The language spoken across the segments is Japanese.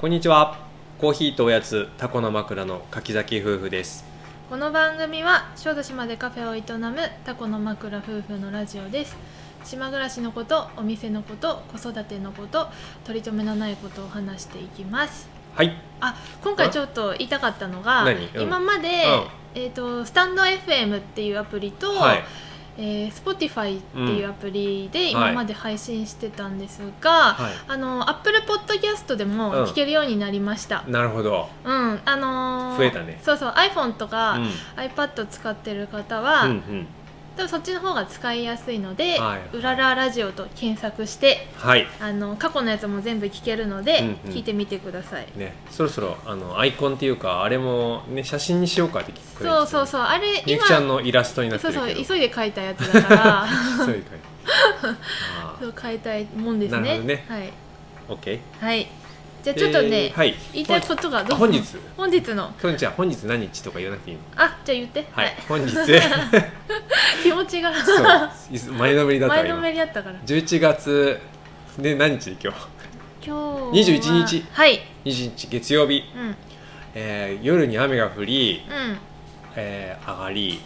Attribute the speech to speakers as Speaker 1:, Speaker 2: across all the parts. Speaker 1: こんにちはコーヒーとおやつタコの枕の柿崎夫婦です
Speaker 2: この番組は小豆島でカフェを営むタコの枕夫婦のラジオです島暮らしのことお店のこと子育てのこと取り留めのないことを話していきます
Speaker 1: はい
Speaker 2: あ今回ちょっと言いたかったのが、
Speaker 1: 何うん
Speaker 2: 今まで、えー、とスタンド FM っていうアプリと、
Speaker 1: はい
Speaker 2: えー Spotify っていうアプリで
Speaker 1: うんはい
Speaker 2: 今まで配信してたんですが、
Speaker 1: は
Speaker 2: あの Apple Podcast でも
Speaker 1: うん
Speaker 2: 聞けるようになりました
Speaker 1: い、なるほど
Speaker 2: うんあのー
Speaker 1: 増えたね
Speaker 2: そうそう iPhone とか、
Speaker 1: うん
Speaker 2: iPad 使ってる方は、
Speaker 1: うんうん
Speaker 2: 多分そっちの方が使いやすいので
Speaker 1: はい
Speaker 2: 「うららラジオ」と検索して
Speaker 1: はい
Speaker 2: あの過去のやつも全部聞けるので、
Speaker 1: うんうん
Speaker 2: 聞いてみてください、
Speaker 1: ねそろそろあのアイコンっていうかあれもね写真にしようかって聞く
Speaker 2: そうそう
Speaker 1: う
Speaker 2: そうあれ
Speaker 1: ゆ
Speaker 2: 今
Speaker 1: きちゃんのイラストになって
Speaker 2: そう
Speaker 1: るけ
Speaker 2: そ
Speaker 1: ど
Speaker 2: う急いで書いたやつだから
Speaker 1: 急いで書い てあ
Speaker 2: そう変えたいもんです
Speaker 1: なる
Speaker 2: ね
Speaker 1: ほどね
Speaker 2: はい、
Speaker 1: ー OK
Speaker 2: はい、じゃあちょっとね、
Speaker 1: えーはい
Speaker 2: 言いたいことがどう
Speaker 1: 本日
Speaker 2: 本日の
Speaker 1: 今日じゃあ本日何日とか言わなくていいの
Speaker 2: あじゃあ言って、
Speaker 1: はい、本日
Speaker 2: 気持ちが
Speaker 1: そう前のめりだったわ
Speaker 2: 前
Speaker 1: 今
Speaker 2: のめりだったから
Speaker 1: 11月で何日今日
Speaker 2: 今日
Speaker 1: 21日
Speaker 2: はい
Speaker 1: 21日月曜日、
Speaker 2: うん
Speaker 1: えー夜に雨が降り、
Speaker 2: うん
Speaker 1: えー上が り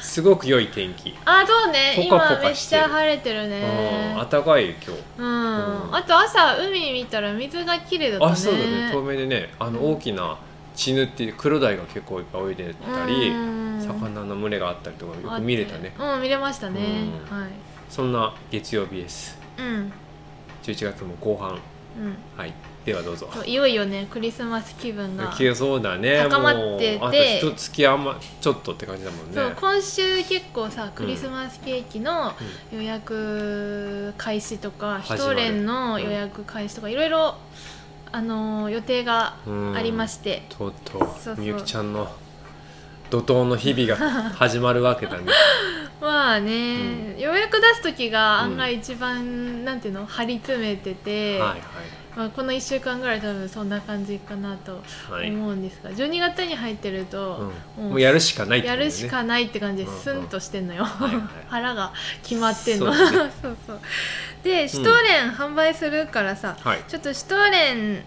Speaker 1: すごく良い天気、
Speaker 2: あそうね
Speaker 1: ポカポ
Speaker 2: 今め
Speaker 1: カ
Speaker 2: っ
Speaker 1: して
Speaker 2: ち
Speaker 1: る
Speaker 2: ゃ晴れてるね
Speaker 1: うん暖かいよ今日、
Speaker 2: うん、
Speaker 1: うん
Speaker 2: あと朝海見たら水が綺麗だったね
Speaker 1: あそうだね透明でねあの
Speaker 2: うん
Speaker 1: 大きなチヌっていうクロダイが結構いっぱい泳いでたり、魚の群れがあったりとかよく見れたね
Speaker 2: うんあってうん見れましたね、
Speaker 1: う
Speaker 2: はい
Speaker 1: そんな月曜日です
Speaker 2: うん
Speaker 1: 11月も後半
Speaker 2: うん
Speaker 1: はいではどうぞ
Speaker 2: そういよいよねクリスマス気分が、
Speaker 1: 消えそうだね
Speaker 2: 高まってて
Speaker 1: もうあと一月あんまちょっとって感じだもんね
Speaker 2: そう今週結構さクリスマスケーキの予約開始とかシ
Speaker 1: 始まる
Speaker 2: ュトレンの予約開始とかいろいろあのー予定が
Speaker 1: うん
Speaker 2: ありまして、
Speaker 1: とうと
Speaker 2: そう
Speaker 1: う
Speaker 2: そう
Speaker 1: みゆきちゃんの怒涛の日々が 始まるわけだね
Speaker 2: まあね、ようやく出す時が案外一番、なんていうの張り詰めてて、
Speaker 1: はい
Speaker 2: まあ、この1週間ぐらい多分そんな感じかなと
Speaker 1: はいはい、
Speaker 2: 思うんですが、12月に入ってると、
Speaker 1: うん、もうやるしかないって
Speaker 2: や
Speaker 1: ことだよね
Speaker 2: るしかないって感じで
Speaker 1: うんうん
Speaker 2: スンとしてんのよ、
Speaker 1: はいはい
Speaker 2: 腹が決まってんの
Speaker 1: そう
Speaker 2: そう
Speaker 1: だ
Speaker 2: そうでシュトレン販売するからさ、
Speaker 1: はい
Speaker 2: ちょっとシュトレン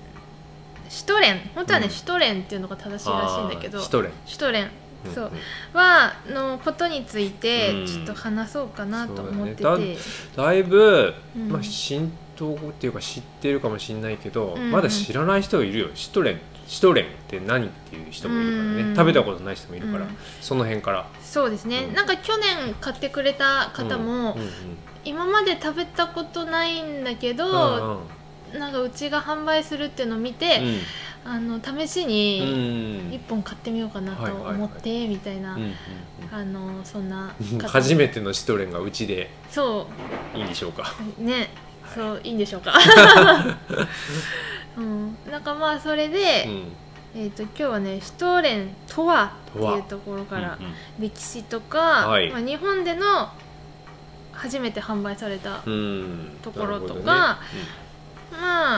Speaker 2: シュトレン本当はね、
Speaker 1: うん
Speaker 2: シュトレンっていうのが正しいらしいんだけど
Speaker 1: あーシ
Speaker 2: シ
Speaker 1: ュトレン
Speaker 2: ュトレン、
Speaker 1: ん
Speaker 2: そうんはのことについ
Speaker 1: うん
Speaker 2: てちょっと話そうかなと思ってて、
Speaker 1: そうだねだいぶ、
Speaker 2: うん
Speaker 1: まあ、浸透っていうか知ってるかもしれないけど、
Speaker 2: うんうん
Speaker 1: まだ知らない人いるよシュトレンシュトレンって何っていう人もいるからね、
Speaker 2: うん
Speaker 1: 食べたことない人もいるから、
Speaker 2: うん
Speaker 1: その辺から
Speaker 2: そうですね、
Speaker 1: うん
Speaker 2: なんか去年買ってくれた方
Speaker 1: う
Speaker 2: も、
Speaker 1: んうんうん
Speaker 2: 今まで食べたことないんだけ
Speaker 1: うん
Speaker 2: ど、なんかうちが販売するっていうのを見て、あの試し
Speaker 1: うんうん
Speaker 2: に
Speaker 1: うん
Speaker 2: 1本買ってみようかなと思って、みたいな、
Speaker 1: うんうん
Speaker 2: あのそんな
Speaker 1: うん
Speaker 2: 方
Speaker 1: 初めてのシュトレンがうちで
Speaker 2: そ
Speaker 1: いいんでしょうか
Speaker 2: うねそういいんでしょ うか、うん、なんかまあそれで、
Speaker 1: うん
Speaker 2: えー、と今日はね「シュトーレンとは」って
Speaker 1: とは
Speaker 2: いうところから
Speaker 1: うんうん
Speaker 2: 歴史とか、
Speaker 1: はい
Speaker 2: まあ、日本での初めて販売された、
Speaker 1: うん
Speaker 2: ところと
Speaker 1: なる
Speaker 2: かま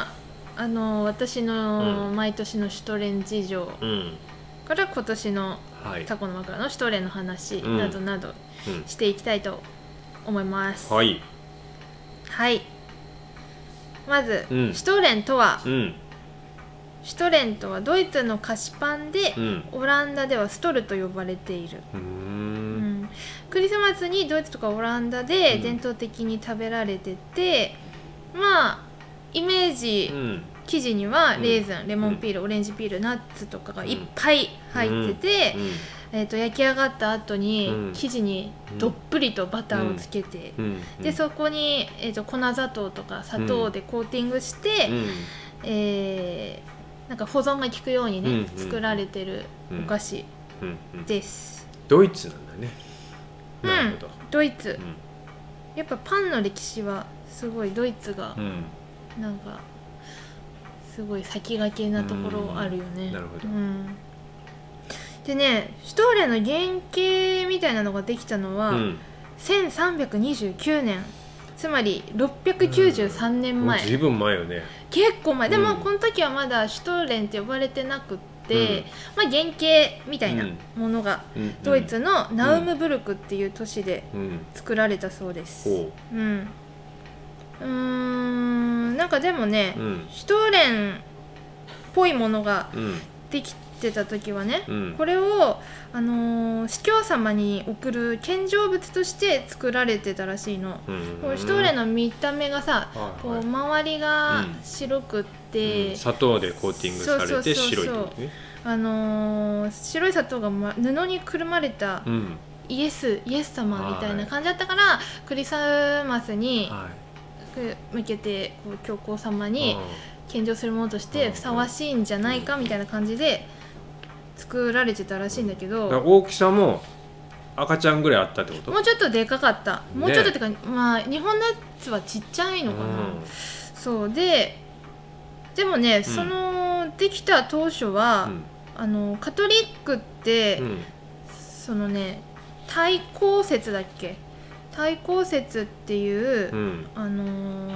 Speaker 2: ああの私の
Speaker 1: う
Speaker 2: 毎年のシュトレン事情
Speaker 1: ほどねうんうん
Speaker 2: から今年の
Speaker 1: はい、
Speaker 2: タコの枕のシュトレンの話
Speaker 1: うん
Speaker 2: などなど
Speaker 1: うん
Speaker 2: していきたいと思います。、
Speaker 1: はいい、
Speaker 2: まず、
Speaker 1: うん
Speaker 2: シュトレンとは
Speaker 1: うん
Speaker 2: シュトレンとはドイツの菓子パンで、
Speaker 1: うん
Speaker 2: オランダではストルと呼ばれている。
Speaker 1: うー
Speaker 2: うんん、クリスマスにドイツとかオランダ
Speaker 1: う
Speaker 2: で
Speaker 1: ん
Speaker 2: 伝統的に食べられてて、まあイメージ、
Speaker 1: うん
Speaker 2: 生地には
Speaker 1: うん
Speaker 2: レーズン、レモ
Speaker 1: うん
Speaker 2: ンピールオレンジピールナッツとかがいっぱい入ってて、えー、と焼き上がった後に、
Speaker 1: うん
Speaker 2: 生地にどっぷりとバターをつけて、
Speaker 1: うんうん
Speaker 2: でそこに、えー、と粉砂糖とか砂糖でコーティングして、
Speaker 1: う
Speaker 2: えーなんか保存が効くようにね、
Speaker 1: うん
Speaker 2: 作られてる
Speaker 1: ん
Speaker 2: お菓子
Speaker 1: うんうん
Speaker 2: です。
Speaker 1: ドイツなんだね
Speaker 2: うん
Speaker 1: なるほど
Speaker 2: ドイツ
Speaker 1: うん
Speaker 2: やっぱパンの歴史はすごいドイツが
Speaker 1: うん
Speaker 2: なんかすごい先駆けなところあるよね。
Speaker 1: うんなるほど
Speaker 2: うんでねシュトーレンの原型みたいなのができたのは、1329年つまり693
Speaker 1: うん
Speaker 2: 年
Speaker 1: もう
Speaker 2: 前、
Speaker 1: ずいぶん前よね
Speaker 2: 結構前でも、
Speaker 1: うん
Speaker 2: この時はまだシュトーレンって呼ばれてなくって、まあ、原型みたいなものが、
Speaker 1: うんうん
Speaker 2: ドイツのナウムブルクっていう都市で
Speaker 1: うん
Speaker 2: 作られたそうです。
Speaker 1: ほ
Speaker 2: うん、うーんなんかでもね、
Speaker 1: うん
Speaker 2: シュトーレンっぽいものが
Speaker 1: うん
Speaker 2: できてた時はね、
Speaker 1: うん
Speaker 2: これを、あのー司教様に送る献上物として作られてたらしいの。
Speaker 1: うん
Speaker 2: こうシュトーレンの見た目がさ、
Speaker 1: はい
Speaker 2: こう
Speaker 1: はい
Speaker 2: 周りが
Speaker 1: うん
Speaker 2: 白くっ
Speaker 1: う
Speaker 2: て
Speaker 1: ん、砂糖でコーティングされて
Speaker 2: そうそうそうそ
Speaker 1: 白
Speaker 2: う
Speaker 1: いってことね
Speaker 2: あのー白い砂糖が、ま、布にくるまれた
Speaker 1: うん
Speaker 2: イエスイエス様みたい
Speaker 1: は
Speaker 2: ない感じだったから、クリスマスに
Speaker 1: は
Speaker 2: く向けてこう教皇様
Speaker 1: い
Speaker 2: に献上するものとして
Speaker 1: うん
Speaker 2: ふさわしいんじゃないかみたいな感じで作られてたらしいんだけ
Speaker 1: うんだから
Speaker 2: ど
Speaker 1: 大きさも赤ちゃんぐらいあったってこと
Speaker 2: もうちょっとでかかった、
Speaker 1: ね
Speaker 2: もうちょっとってかまあ日本のやつはちっちゃいのかな、そうででもね、そのできた当初
Speaker 1: う
Speaker 2: は、
Speaker 1: ん
Speaker 2: あのカトリックって、
Speaker 1: うんうん
Speaker 2: そのね対抗説だっけ対抗説っていう、
Speaker 1: うん
Speaker 2: あのー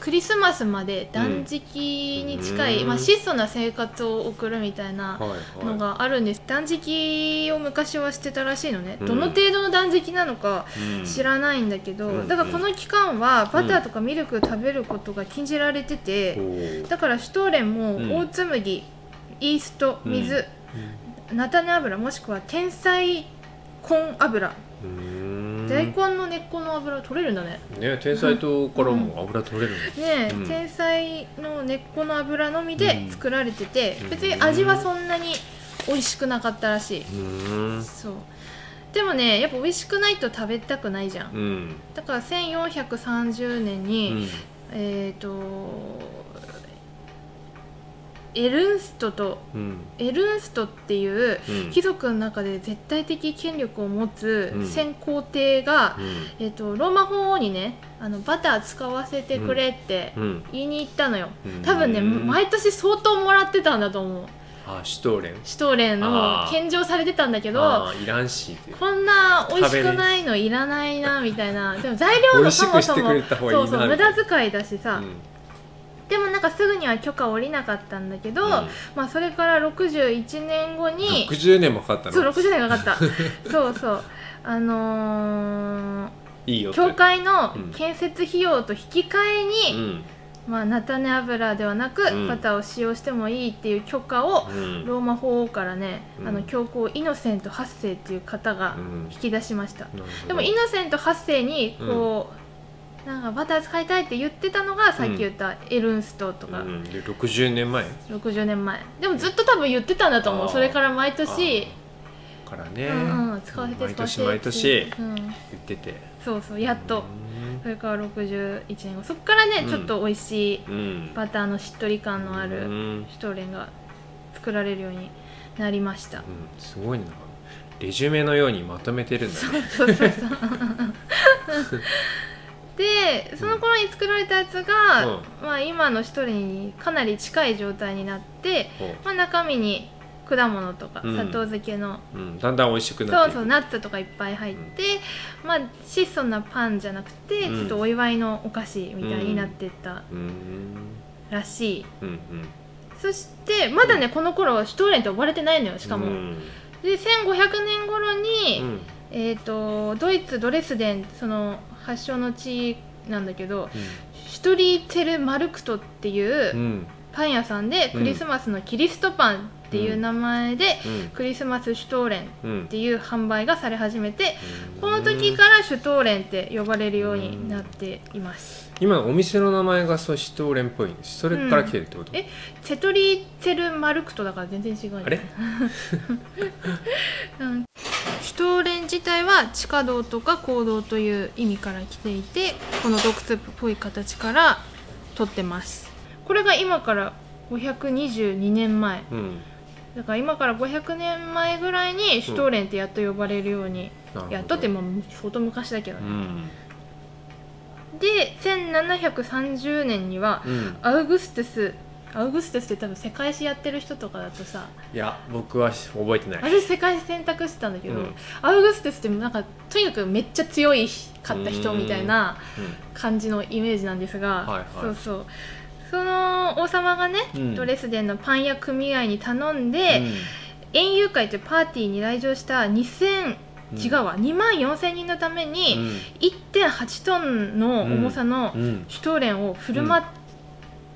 Speaker 2: クリスマスまで断食に近い、
Speaker 1: うん
Speaker 2: まあ、質素な生活を送るみたいな
Speaker 1: はいはい
Speaker 2: のがあるんです、断食を昔はしてたらしいのね、
Speaker 1: うん
Speaker 2: どの程度の断食なのか
Speaker 1: うん
Speaker 2: 知らないんだけど、
Speaker 1: うん
Speaker 2: だからこの期間はバターとかミルク食べることが禁じられてて、
Speaker 1: おー
Speaker 2: だからシュトーレンも
Speaker 1: うん
Speaker 2: 大紬、イースト水、
Speaker 1: うん
Speaker 2: 菜種油もしくは天才根油、
Speaker 1: うん
Speaker 2: 大根の根っこの油取れるんだね
Speaker 1: ね天才糖からも油取れるの
Speaker 2: ねえ、
Speaker 1: うん
Speaker 2: 天才の根っこの油のみで作られてて、
Speaker 1: うん
Speaker 2: 別に味はそんなに美味しくなかったらしい、
Speaker 1: うん
Speaker 2: そうでもねやっぱ美味しくないと食べたくないじゃん、
Speaker 1: うん
Speaker 2: だから1430年
Speaker 1: う
Speaker 2: に、
Speaker 1: ん
Speaker 2: えっ、とエルンストと
Speaker 1: うん
Speaker 2: エルンストっていう
Speaker 1: うん
Speaker 2: 貴族の中で絶対的権力を持つ
Speaker 1: うん
Speaker 2: 先皇帝が、
Speaker 1: うん
Speaker 2: えっとローマ法王にねあのバター使わせてくれって
Speaker 1: うん
Speaker 2: 言いに行ったのよ、
Speaker 1: うん
Speaker 2: 多分ね毎年相当もらってたんだと思う
Speaker 1: あシュトーレン
Speaker 2: シュトーレンの
Speaker 1: あー
Speaker 2: 献上されてたんだけど
Speaker 1: あーイランシーっていう
Speaker 2: こんな美味しくないのいらないなみたいなでも材料
Speaker 1: 美
Speaker 2: の
Speaker 1: 味し
Speaker 2: そも
Speaker 1: くし
Speaker 2: そ
Speaker 1: て
Speaker 2: も
Speaker 1: くれた方がいい
Speaker 2: そ
Speaker 1: な
Speaker 2: うそう無駄遣いだしさ、
Speaker 1: うん
Speaker 2: でもなんかすぐには許可下りなかったんだけど、
Speaker 1: うん
Speaker 2: まあそれから61年後に
Speaker 1: 60年もかかった
Speaker 2: そう
Speaker 1: の
Speaker 2: 60年か かったそうそうあのー
Speaker 1: いいよって
Speaker 2: 教会の
Speaker 1: うん
Speaker 2: 建設費用と引き換え
Speaker 1: う
Speaker 2: に、
Speaker 1: ん
Speaker 2: まあ、菜種油ではなく、
Speaker 1: うん
Speaker 2: バターを使用してもいいっていう許可を、
Speaker 1: うん
Speaker 2: ローマ法王からね、
Speaker 1: うん
Speaker 2: あの教皇イノセント8世っていう方が
Speaker 1: うん
Speaker 2: 引き出しました、
Speaker 1: なるほど
Speaker 2: でもイノセント8世にこう、なんかバター使いたいって言ってたのがさっき言ったエルンストとか、
Speaker 1: うんで60年前
Speaker 2: 60年前でもずっと多分言ってたんだと思
Speaker 1: あ
Speaker 2: う
Speaker 1: ー
Speaker 2: それから毎年、
Speaker 1: あーからね
Speaker 2: うんうん、使わせて
Speaker 1: 毎
Speaker 2: 使わせ
Speaker 1: 年
Speaker 2: て
Speaker 1: 毎年
Speaker 2: うん、
Speaker 1: 言ってて
Speaker 2: そうそうやっと、それから61年後そこからね、
Speaker 1: うん
Speaker 2: ちょっと美味しい
Speaker 1: うんうん
Speaker 2: バターのしっとり感のあ
Speaker 1: う
Speaker 2: る
Speaker 1: ん
Speaker 2: シュトーレンが作られるようになり ました、
Speaker 1: うんすごいなレジュメのようにまとめてるんだね
Speaker 2: そうそうそうでその頃に作られたやつが、
Speaker 1: うん
Speaker 2: まあ、今のシュトーレンにかなり近い状態になって、
Speaker 1: ほ
Speaker 2: まあ、中身に果物とか
Speaker 1: うん
Speaker 2: 砂糖漬けの、
Speaker 1: ううんだんだん美味しくな
Speaker 2: そ
Speaker 1: っ
Speaker 2: う
Speaker 1: ていく
Speaker 2: そうナッツとかいっぱい入って、まあ質素なパンじゃなくて、
Speaker 1: うん
Speaker 2: ちょっとお祝いのお菓子みたいになってった
Speaker 1: うん
Speaker 2: らしい、
Speaker 1: うん
Speaker 2: そしてまだねこの頃はシュトーレンって呼ばれてないのよしかも、
Speaker 1: うん
Speaker 2: で1500年頃に、
Speaker 1: うん
Speaker 2: えっ、とドイツドレスデンその発祥の地なんだけどシュトリーテル・マルクトってい
Speaker 1: うん
Speaker 2: うう
Speaker 1: うん
Speaker 2: パン屋さんでクリスマスのキリストパンっていう名前で、
Speaker 1: うん
Speaker 2: クリスマスシュトーレンっ
Speaker 1: うん
Speaker 2: ていう販売がされ始めて、この時からシュトーレンって呼ばれるようになっています。
Speaker 1: 今お店の名前がそうシュトーレンっぽいんですそれから来てるってこと、
Speaker 2: うんえセトリーテルマルクトだから全然違うよね
Speaker 1: あれ
Speaker 2: うんシュトーレン自体は地下道とか行動という意味から来ていてこの洞窟っぽい形から取ってますこれが今から522年前
Speaker 1: うん
Speaker 2: だから今から500年前ぐらいにシュトーレンってやっと呼ばれるように、
Speaker 1: なるほど
Speaker 2: やっとってもう相当昔だけど
Speaker 1: う
Speaker 2: ね、
Speaker 1: ん
Speaker 2: で1730年には
Speaker 1: うん
Speaker 2: アウグストゥスアウグストゥスって多分世界史やってる人とかだとさ
Speaker 1: いや僕は覚えてない
Speaker 2: 私世界史選択してたんだけど、
Speaker 1: うん
Speaker 2: アウグストゥスってなんかとにかくめっちゃ強いかった人みたいな感じのイメージなんですが、
Speaker 1: はいはい
Speaker 2: そうそうその王様がね、
Speaker 1: うん
Speaker 2: ドレスデンのパン屋組合に頼ん
Speaker 1: うん
Speaker 2: で、園遊会というパーティーに来場した2000
Speaker 1: うん
Speaker 2: 違うわ2万4000人のため
Speaker 1: う
Speaker 2: に
Speaker 1: ん
Speaker 2: 1.8トンの重さの
Speaker 1: うん
Speaker 2: シュトーレンを振る舞っ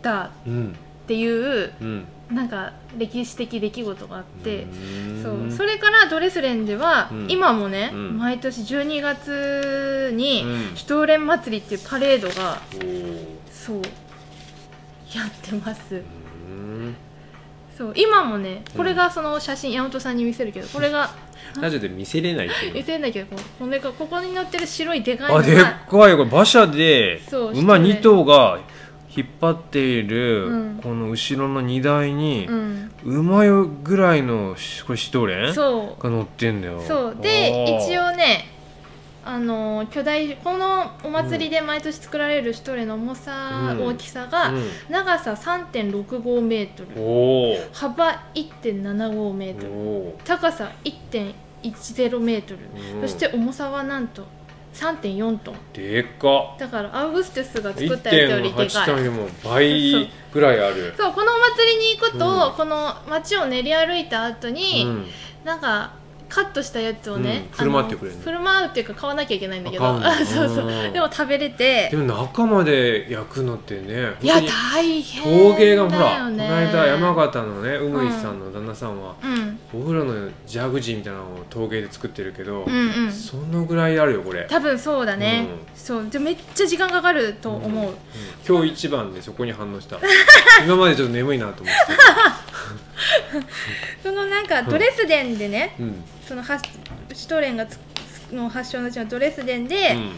Speaker 2: たっ
Speaker 1: うん
Speaker 2: ていう
Speaker 1: うん
Speaker 2: なんか歴史的出来事があって、そうそ
Speaker 1: れ
Speaker 2: れからドレスレンでは、
Speaker 1: うん
Speaker 2: 今もね、
Speaker 1: うん
Speaker 2: 毎年12月に、
Speaker 1: うん
Speaker 2: シュトーレン祭りっていうパレードが
Speaker 1: おー
Speaker 2: そうやってます
Speaker 1: うん
Speaker 2: そう今もねこれがその写真山本さんに見せるけどこれが
Speaker 1: ラジオで見せれないってい
Speaker 2: 見
Speaker 1: う
Speaker 2: せるんだけどこうこれがここに乗ってる白いでかい
Speaker 1: あ
Speaker 2: の
Speaker 1: でっ
Speaker 2: が
Speaker 1: かいこれ馬車で
Speaker 2: そう
Speaker 1: 馬
Speaker 2: シュトレン
Speaker 1: 2頭が引っ張ってい
Speaker 2: うん
Speaker 1: るこの後ろの荷台に
Speaker 2: うん、
Speaker 1: 馬よぐらいのしこれシュトレン
Speaker 2: そう
Speaker 1: が乗ってんだよ
Speaker 2: そうで
Speaker 1: あー
Speaker 2: 一応ねあの巨大このお祭りで毎年作られるシュトレの重
Speaker 1: う
Speaker 2: さ、
Speaker 1: ん
Speaker 2: 大きさが、長さ3.65メート
Speaker 1: うん
Speaker 2: ル
Speaker 1: おー
Speaker 2: 幅1.75メートル
Speaker 1: お
Speaker 2: 高さ1.10メートル
Speaker 1: うん
Speaker 2: そして重さはなんと3.4トン
Speaker 1: ーでかっ
Speaker 2: だからアウグストゥスが作ったやつよりで
Speaker 1: 1.8
Speaker 2: かい
Speaker 1: 単位も倍ぐらいある
Speaker 2: そうこのお祭りに行くと、
Speaker 1: うん
Speaker 2: この街を練り歩いた後に、
Speaker 1: うん
Speaker 2: なんかカットしたやつをね、
Speaker 1: うん振る舞ってくれるの
Speaker 2: あの振る舞うっていうか買わなきゃいけないんだけど
Speaker 1: あ買うの
Speaker 2: そうそう
Speaker 1: うん
Speaker 2: でも食べれて
Speaker 1: でも中まで焼くのってね
Speaker 2: い
Speaker 1: 本
Speaker 2: や
Speaker 1: 当に
Speaker 2: 大変だよ、ね、
Speaker 1: 陶芸がほらこの間山形のねうむいさんの旦那さんは、
Speaker 2: うん
Speaker 1: お風呂のジャグジーみたいなのを陶芸で作ってるけど、
Speaker 2: うんうん
Speaker 1: そのぐらいあるよこれ
Speaker 2: 多分そうだね、
Speaker 1: う
Speaker 2: そうでめっちゃ時間かかると思う、
Speaker 1: ん今日一番でそこに反応した 今までちょっと眠いなと思って
Speaker 2: そのなんか
Speaker 1: ん
Speaker 2: ドレスデンでね、
Speaker 1: た、うん
Speaker 2: その発シュトーレンがつの発祥の地のドレスデンで
Speaker 1: うん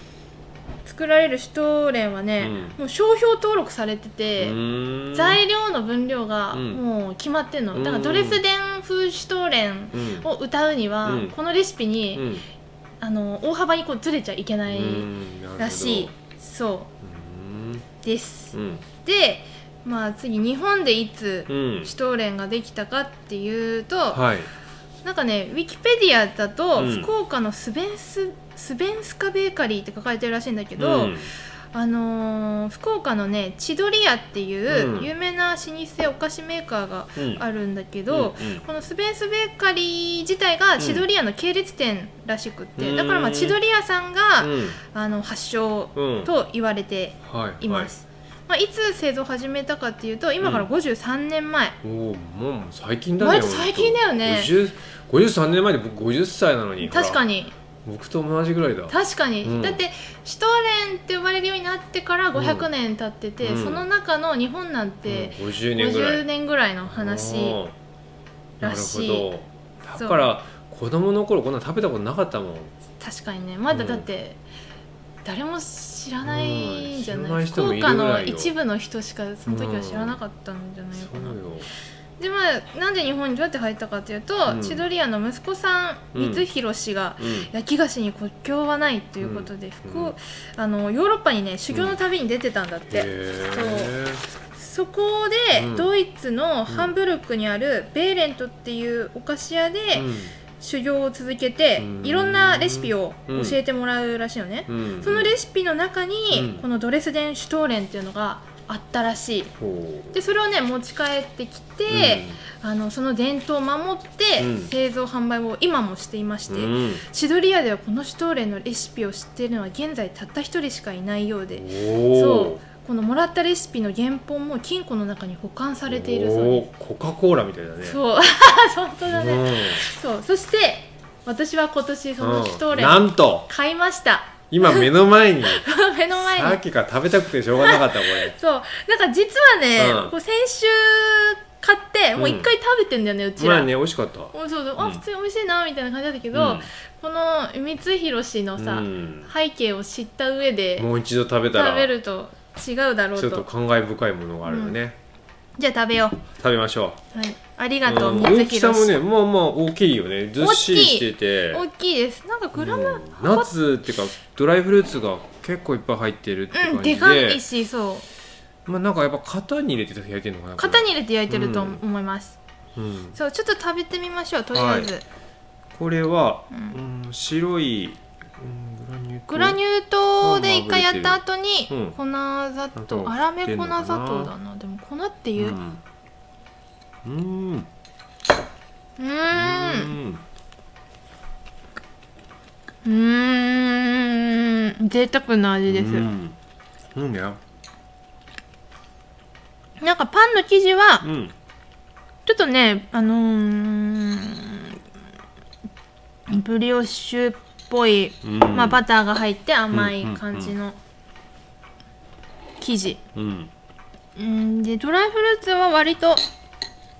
Speaker 2: 作られるシュトーレンはね、
Speaker 1: うん
Speaker 2: もう商標登録されて
Speaker 1: う
Speaker 2: て、
Speaker 1: ーん
Speaker 2: 材料の分量が
Speaker 1: うん
Speaker 2: もう決まってんの、
Speaker 1: うん
Speaker 2: だからドレスデン風シュトーレン
Speaker 1: うん
Speaker 2: を歌うには、
Speaker 1: うん
Speaker 2: このレシピに、
Speaker 1: うん
Speaker 2: あの大幅にこうずれちゃいけない
Speaker 1: うんなるほど
Speaker 2: らしい、そう
Speaker 1: ー
Speaker 2: うです、
Speaker 1: んうん
Speaker 2: でまあ次日本でいつ
Speaker 1: うん
Speaker 2: シュトーレンができたかっていうと、
Speaker 1: はい
Speaker 2: なんかねウィキペディアだと、
Speaker 1: うん
Speaker 2: 福岡のスベンススベンスカベーカリーって書かれてるらしいんだけ
Speaker 1: う
Speaker 2: ど、
Speaker 1: ん
Speaker 2: あのー福岡のね千鳥屋っていう
Speaker 1: うん
Speaker 2: 有名な老舗お菓子メーカーが
Speaker 1: うん
Speaker 2: あるんだけど、
Speaker 1: うんうん
Speaker 2: このスベンスベーカリー自体が千鳥屋の系列店らしくって、
Speaker 1: うん
Speaker 2: だからまあ千鳥屋さんが、あの発祥
Speaker 1: うんうん
Speaker 2: と言われて
Speaker 1: はい
Speaker 2: います、いまあ、いつ製造を始めたかっていうと今から53年前、
Speaker 1: はいおおもう最近だね
Speaker 2: 割と最近だよね
Speaker 1: 50 53年前で僕50歳なのに
Speaker 2: 確か
Speaker 1: に
Speaker 2: に
Speaker 1: 僕と同じぐらいだ
Speaker 2: 確かに、
Speaker 1: うん
Speaker 2: だってシュトーレンって呼ばれるようになってから500年経ってて、
Speaker 1: うん
Speaker 2: その中の日本なんて
Speaker 1: うん50年ぐらい
Speaker 2: 50年ぐらいの話、
Speaker 1: おー
Speaker 2: らしい
Speaker 1: なるほどだから子供の頃こんなん食べたことなかったもん
Speaker 2: 確かにねまだだって、誰も知らないんじゃな
Speaker 1: う
Speaker 2: い,、
Speaker 1: ん知らない
Speaker 2: 福
Speaker 1: 人もいるぐら
Speaker 2: 岡
Speaker 1: いよ
Speaker 2: の一部の人しかその時は知らなかったんじゃない
Speaker 1: そ
Speaker 2: か
Speaker 1: う
Speaker 2: な、
Speaker 1: よ
Speaker 2: でまあなんで日本にどうやって入ったかっていうと、
Speaker 1: うん
Speaker 2: 千鳥屋の息子さん
Speaker 1: うん
Speaker 2: 光弘氏が
Speaker 1: う
Speaker 2: 焼き菓子に国境はないということで、福
Speaker 1: うん
Speaker 2: あのヨーロッパにね修行の旅に出てたんだっ
Speaker 1: んへ
Speaker 2: て、
Speaker 1: え
Speaker 2: そこで、
Speaker 1: うん
Speaker 2: ドイツのハンブルクにあるベーレントっていうお菓子屋で修行を続けて、
Speaker 1: うん
Speaker 2: いろんなレシピを教えてもらうらしいのね、そのレシピの中に、
Speaker 1: うん
Speaker 2: このドレスデンシュトーレンっていうのがあったらしいでそれをね持ち帰ってきて、あのその伝統を守って、
Speaker 1: うん
Speaker 2: 製造販売を今もしていまして、シドリアではこのシュトーレンのレシピを知っているのは現在たった一人しかいないようでそ
Speaker 1: そう
Speaker 2: このもらったレシピの原本も金庫の中に保管さ
Speaker 1: さ
Speaker 2: れているそうです
Speaker 1: コカ・コーラみたいだねう
Speaker 2: そう 本当だね、そうそして私は今年そのシュトー
Speaker 1: ん
Speaker 2: レン
Speaker 1: な
Speaker 2: を
Speaker 1: んと
Speaker 2: 買いました、
Speaker 1: 今目の前に
Speaker 2: 目の前に
Speaker 1: さっきから食べたくてしょうがなかったこ れ
Speaker 2: そうなんか実はね、
Speaker 1: うん
Speaker 2: こう先週買ってもう一回食べてんだよね、うちら、
Speaker 1: まあね美味しかった
Speaker 2: そうそうあ
Speaker 1: うん
Speaker 2: 普通に美味しいなみたいな感じだったけど、
Speaker 1: うん
Speaker 2: この光弘氏のさ、
Speaker 1: うん
Speaker 2: 背景を知った上で
Speaker 1: もう一度食べた
Speaker 2: 食べ
Speaker 1: ら
Speaker 2: ると違うだろう
Speaker 1: ちょ
Speaker 2: と
Speaker 1: っと感慨深いものがあるよね
Speaker 2: じゃあ食べよ
Speaker 1: 食べましょう
Speaker 2: う、はい、ありがとう
Speaker 1: うん
Speaker 2: 光
Speaker 1: 大きさも
Speaker 2: 弘氏
Speaker 1: ねまあまあ大きいよねずっしりしてて
Speaker 2: 大きいですなんかグラム、
Speaker 1: うんナッツっていうかドライフルーツが結構いっぱい入ってるって
Speaker 2: う
Speaker 1: 感
Speaker 2: ん、
Speaker 1: じ
Speaker 2: で
Speaker 1: で、
Speaker 2: かいしそう
Speaker 1: まあなんかやっぱ型に入れて焼いてるのかなこれ
Speaker 2: 型に入れて焼いてると
Speaker 1: うん
Speaker 2: 思います、
Speaker 1: うん
Speaker 2: そうちょっと食べてみましょうとりあえず、
Speaker 1: これは、
Speaker 2: う
Speaker 1: うん白い、うん、グラニュー糖
Speaker 2: グラニュー糖で一回やった後に
Speaker 1: うん
Speaker 2: 粉砂糖、
Speaker 1: うん
Speaker 2: 粗め粉砂糖だなでも粉っていうう
Speaker 1: うんうん
Speaker 2: ーん
Speaker 1: うん
Speaker 2: うーん贅沢な味です、
Speaker 1: うんうんだよ
Speaker 2: なんかパンの生地は
Speaker 1: うん
Speaker 2: ちょっとねあのー、ブリオッシュっぽい、
Speaker 1: うん
Speaker 2: まあ、バターが入って甘い感じの生地、
Speaker 1: うん
Speaker 2: うん、でドライフルーツは割と